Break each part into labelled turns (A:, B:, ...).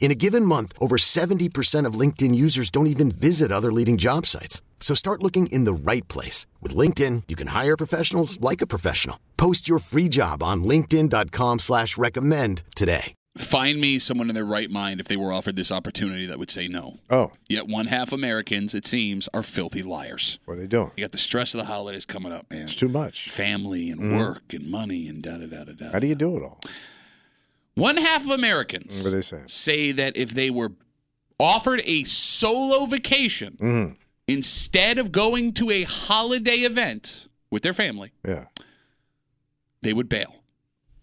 A: In a given month, over 70% of LinkedIn users don't even visit other leading job sites. So start looking in the right place. With LinkedIn, you can hire professionals like a professional. Post your free job on linkedin.com slash recommend today.
B: Find me someone in their right mind if they were offered this opportunity that would say no.
C: Oh,
B: Yet one half Americans, it seems, are filthy liars.
C: what are they doing?
B: You got the stress of the holidays coming up, man.
C: It's too much.
B: Family and work and money and da da da da da.
C: How do you Mm, do it all?
B: One half of Americans
C: What are they saying?
B: say that if they were offered a solo vacation
C: Mm,
B: instead of going to a holiday event with their family,
C: yeah.
B: they would bail.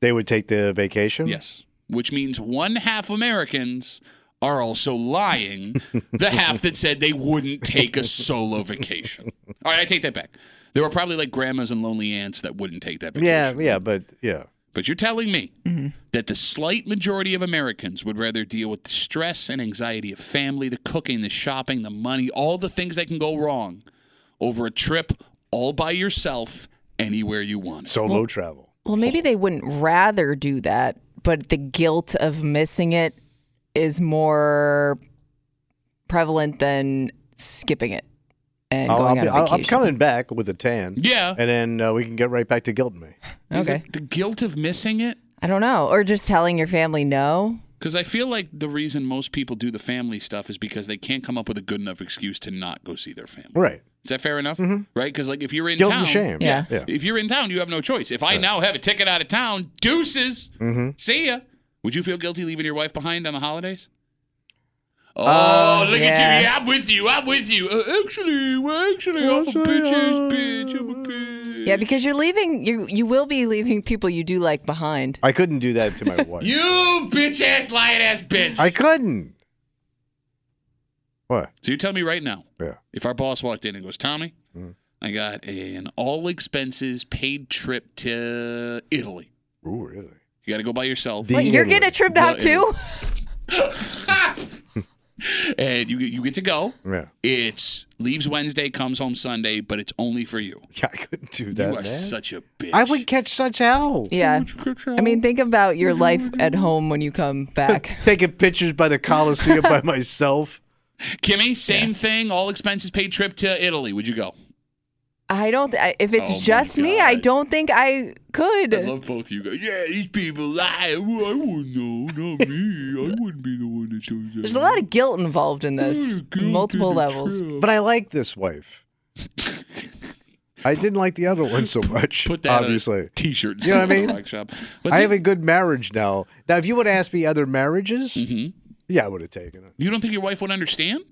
C: They would take the vacation?
B: Yes. Which means one half Americans are also lying. the half that said they wouldn't take a solo vacation. All right, I take that back. There were probably like grandmas and lonely aunts that wouldn't take that vacation.
C: Yeah, yeah, but Mm-hmm. yeah.
B: But you're telling me that the slight majority of Americans would rather deal with the stress and anxiety of family, the cooking, the shopping, the money, all the things that can go wrong over a trip all by yourself anywhere you want.
C: Solo travel.
D: Well, maybe they wouldn't rather do that, but the guilt of missing it is more prevalent than skipping it and
C: Oh, I'll- I'll
D: going
C: be-
D: on a
C: I'll- I'm
D: vacation.
C: coming back with a tan.
B: Yeah.
C: And then uh, we can get right back to guilt me.
D: Okay.
B: The guilt of missing it?
D: I don't know, or just telling your family no.
B: Because I feel like the reason most people do the family stuff is because they can't come up with a good enough excuse to not go see their family.
C: Right.
B: Is that fair enough? Right? Because like if you're in
C: Mm-hmm. Guilt
B: town,
C: and shame.
D: Yeah.
C: Yeah.
B: if you're in town, you have no choice. If I now have a ticket out of town, deuces.
C: Mm-hmm.
B: See ya. Would you feel guilty leaving your wife behind on the holidays? Oh, look at
D: yeah.
B: you! Yeah, I'm with you. I'm with you. Uh, actually, well, actually, I'm a bitch
C: uh,
B: ass bitch. I'm a bitch.
D: Yeah, because you're leaving. You you will be leaving people you do like behind.
C: I couldn't do that to my wife.
B: you bitch ass lying ass bitch.
C: I couldn't. What?
B: so you tell me right now,
C: Yeah.
B: If our boss walked in and goes, Tommy,
D: Mm-hmm.
B: I got an all expenses paid trip to Italy.
C: Ooh, really?
B: You got to go by yourself.
C: The-
D: Wait, you're getting a trip
B: Well,
D: down too?
B: and you, you get to go.
C: Yeah.
B: It's leaves Wednesday, comes home Sunday, but it's only for you.
C: Yeah, I couldn't do
B: You
C: that.
B: are
C: man.
B: such a bitch.
C: I would catch such hell.
D: Yeah. I mean, think about your life at home when you come back.
C: Taking pictures by the Coliseum by myself.
B: Kimmy, same thing. All expenses paid trip to Italy. Would you go?
D: I don't. I, if it's
B: Oh my
D: just me, I
B: God.
D: don't think I could.
B: I love both of you guys. Yeah, these people lie. Well, I wouldn't know. Not me. I wouldn't be the one that does that.
D: There's a lot of guilt involved in this,
B: Guilty
D: multiple
B: to
D: levels.
B: trip.
C: But I like this wife. I didn't like the other one so much.
B: Put that
C: obviously.
B: on a t-shirt.
C: You know what I
B: somewhere in
C: mean?
B: the bike shop. But
C: I
B: the-
C: have a good marriage now. Now, if you would ask me other marriages,
B: Mm-hmm.
C: yeah, I would have taken it.
B: you don't think your wife would understand?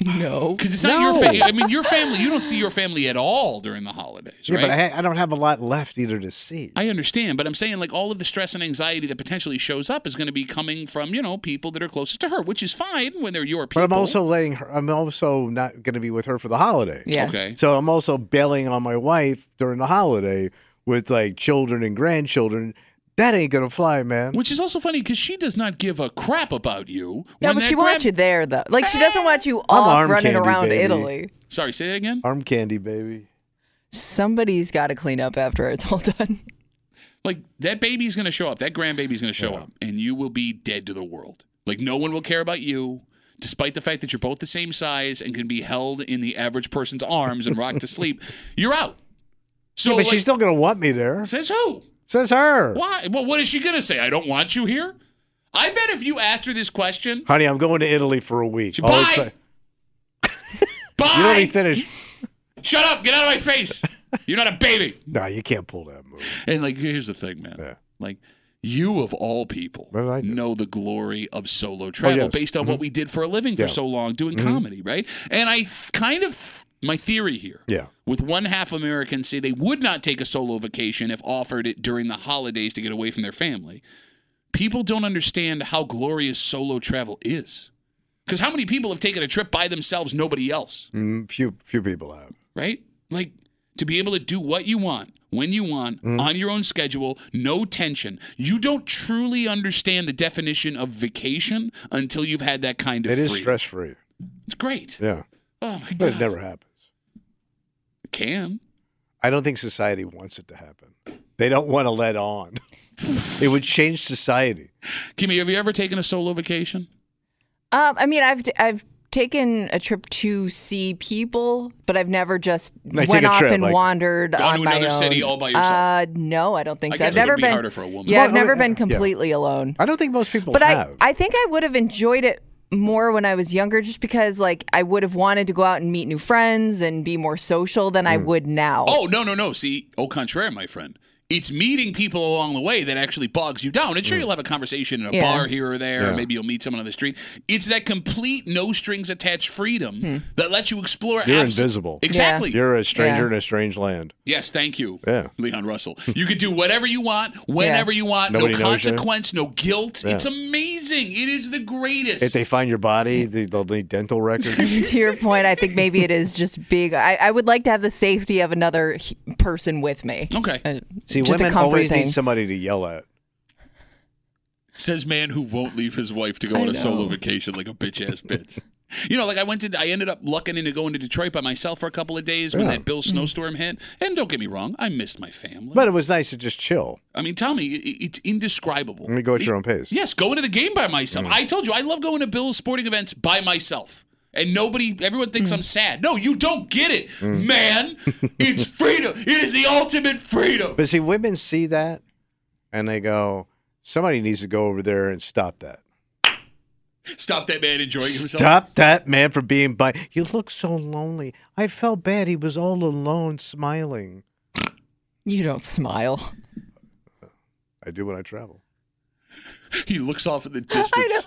D: No.
B: Because it's not your family. I mean, your family. You don't see your family at all during the holidays,
C: Yeah,
B: right?
C: but I, ha- I don't have a lot left either to see.
B: I understand, but I'm saying like all of the stress and anxiety that potentially shows up is going to be coming from you know people that are closest to her, which is fine when they're your
C: but
B: people.
C: I'm also letting her. I'm also not going to be with her for the holiday.
D: Yeah.
B: okay.
C: So I'm also bailing on my wife during the holiday with like children and grandchildren. That ain't gonna fly, man.
B: Which is also funny because she does not give a crap about you.
D: No,
B: when
D: but
B: that
D: she wants
B: grand-
D: you there though. Like she doesn't want you
C: I'm
D: off
C: arm
D: running
C: candy,
D: around
C: baby.
D: Italy.
B: Sorry, say that again.
C: Arm candy, baby.
D: Somebody's got to clean up after it's all done.
B: Like that baby's going to show up. That grandbaby's going to show up, and you will be dead to the world. Like no one will care about you, despite the fact that you're both the same size and can be held in the average person's arms and rocked to sleep. You're out. So
C: but
B: like,
C: she's still gonna want me there.
B: says who?
C: Says her.
B: Why? Well, what is she gonna say? I don't want you here. I bet if you asked her this question,
C: Honey, I'm going to Italy for a week.
B: She-
C: All
B: Bye!
C: exci-
B: bye.
C: You don't even finish.
B: Shut up. Get out of my face. You're not a baby.
C: No, you can't pull that move.
B: And like, here's the thing, man.
C: Yeah.
B: Like, you of all people
C: What did I do? Oh,
B: know the glory of solo travel
C: yes. Mm-hmm.
B: based on what we did for a living for
C: Yeah. Mm-hmm.
B: so long doing comedy, right? And I th- kind of my theory here.
C: Yeah.
B: With one half Americans say they would not take a solo vacation if offered it during the holidays to get away from their family. People don't understand how glorious solo travel is. Because how many people have taken a trip by themselves, nobody else?
C: Mm, few few people have.
B: right? Like to be able to do what you want, when you want,
C: Mm.
B: on your own schedule, no tension. You don't truly understand the definition of vacation until you've had that kind of
C: It is
B: freedom.
C: stress free.
B: It's great.
C: Yeah.
B: Oh my
C: But
B: god.
C: it never happens.
B: Can.
C: I don't think society wants it to happen. They don't want to let on. it would change society.
B: Kimmy, have you ever taken a solo vacation?
D: Um, I mean, I've I've taken a trip to see people, but I've never just
C: Like, take
D: went
C: a
D: off
C: trip,
D: and
C: like-
D: wandered
B: Gone
D: on
B: to
D: my
B: another
D: own.
B: city all by yourself.
D: Uh, no, I don't think
B: I
D: so.
B: guess
D: I've
B: it
D: never
B: would be
D: been
B: harder for a woman.
D: Yeah, I've
C: Well,
D: never
C: yeah.
D: been completely alone.
C: I don't think most people
D: But I,
C: have.
D: I think I would have enjoyed it more when I was younger just because like I would have wanted to go out and meet new friends and be more social than
C: Mm.
D: I would now.
B: Oh no, no, no. See, au contraire, my friend. It's meeting people along the way that actually bogs you down. And sure, you'll have a conversation in a
D: Yeah.
B: bar here or there, or
C: Mm. Yeah.
B: maybe you'll meet someone on the street. It's that complete no strings attached freedom that lets you explore.
C: You're
B: abs-
C: invisible.
B: Exactly.
C: You're a stranger
D: Hmm. Yeah.
C: in a strange land.
B: Yes, thank you.
C: Yeah.
B: Leon Russell. You could do whatever you want, whenever you want,
C: Nobody knows
B: no
C: you.
B: consequence, no guilt. It's amazing. It is the greatest.
C: If they find your body, they, they'll need dental records.
D: to your point, I think maybe it is just big. I, I would like to have the safety of another h- person with me.
B: okay.
D: Uh,
C: Oh. See,
D: just a
C: women
D: comfort
C: always
D: thing.
C: need somebody to yell at.
B: Says man who won't leave his wife to go
D: I
B: on a
D: know.
B: solo vacation like a bitch ass bitch. You know, like I went to, I ended up lucking into going to Detroit by myself for a couple of days when
C: Yeah. Mm-hmm.
B: that Bill snowstorm hit. And don't get me wrong, I missed my family.
C: But it was nice to just chill.
B: I mean, tell me, i- i- it's indescribable.
C: Let me go at your own pace.
B: Yes, going to the game by myself. I told you, I love going to Bill's sporting events by myself. And nobody, everyone thinks I'm sad. No, you don't get it, man. it's freedom. It is the ultimate freedom.
C: But see, women see that and they go, somebody needs to go over there and stop that.
B: Stop that man enjoying himself.
C: Stop that man from being by. You look so lonely. I felt bad. He was all alone, smiling.
D: you don't smile.
C: I do when I travel.
B: He looks off in the distance.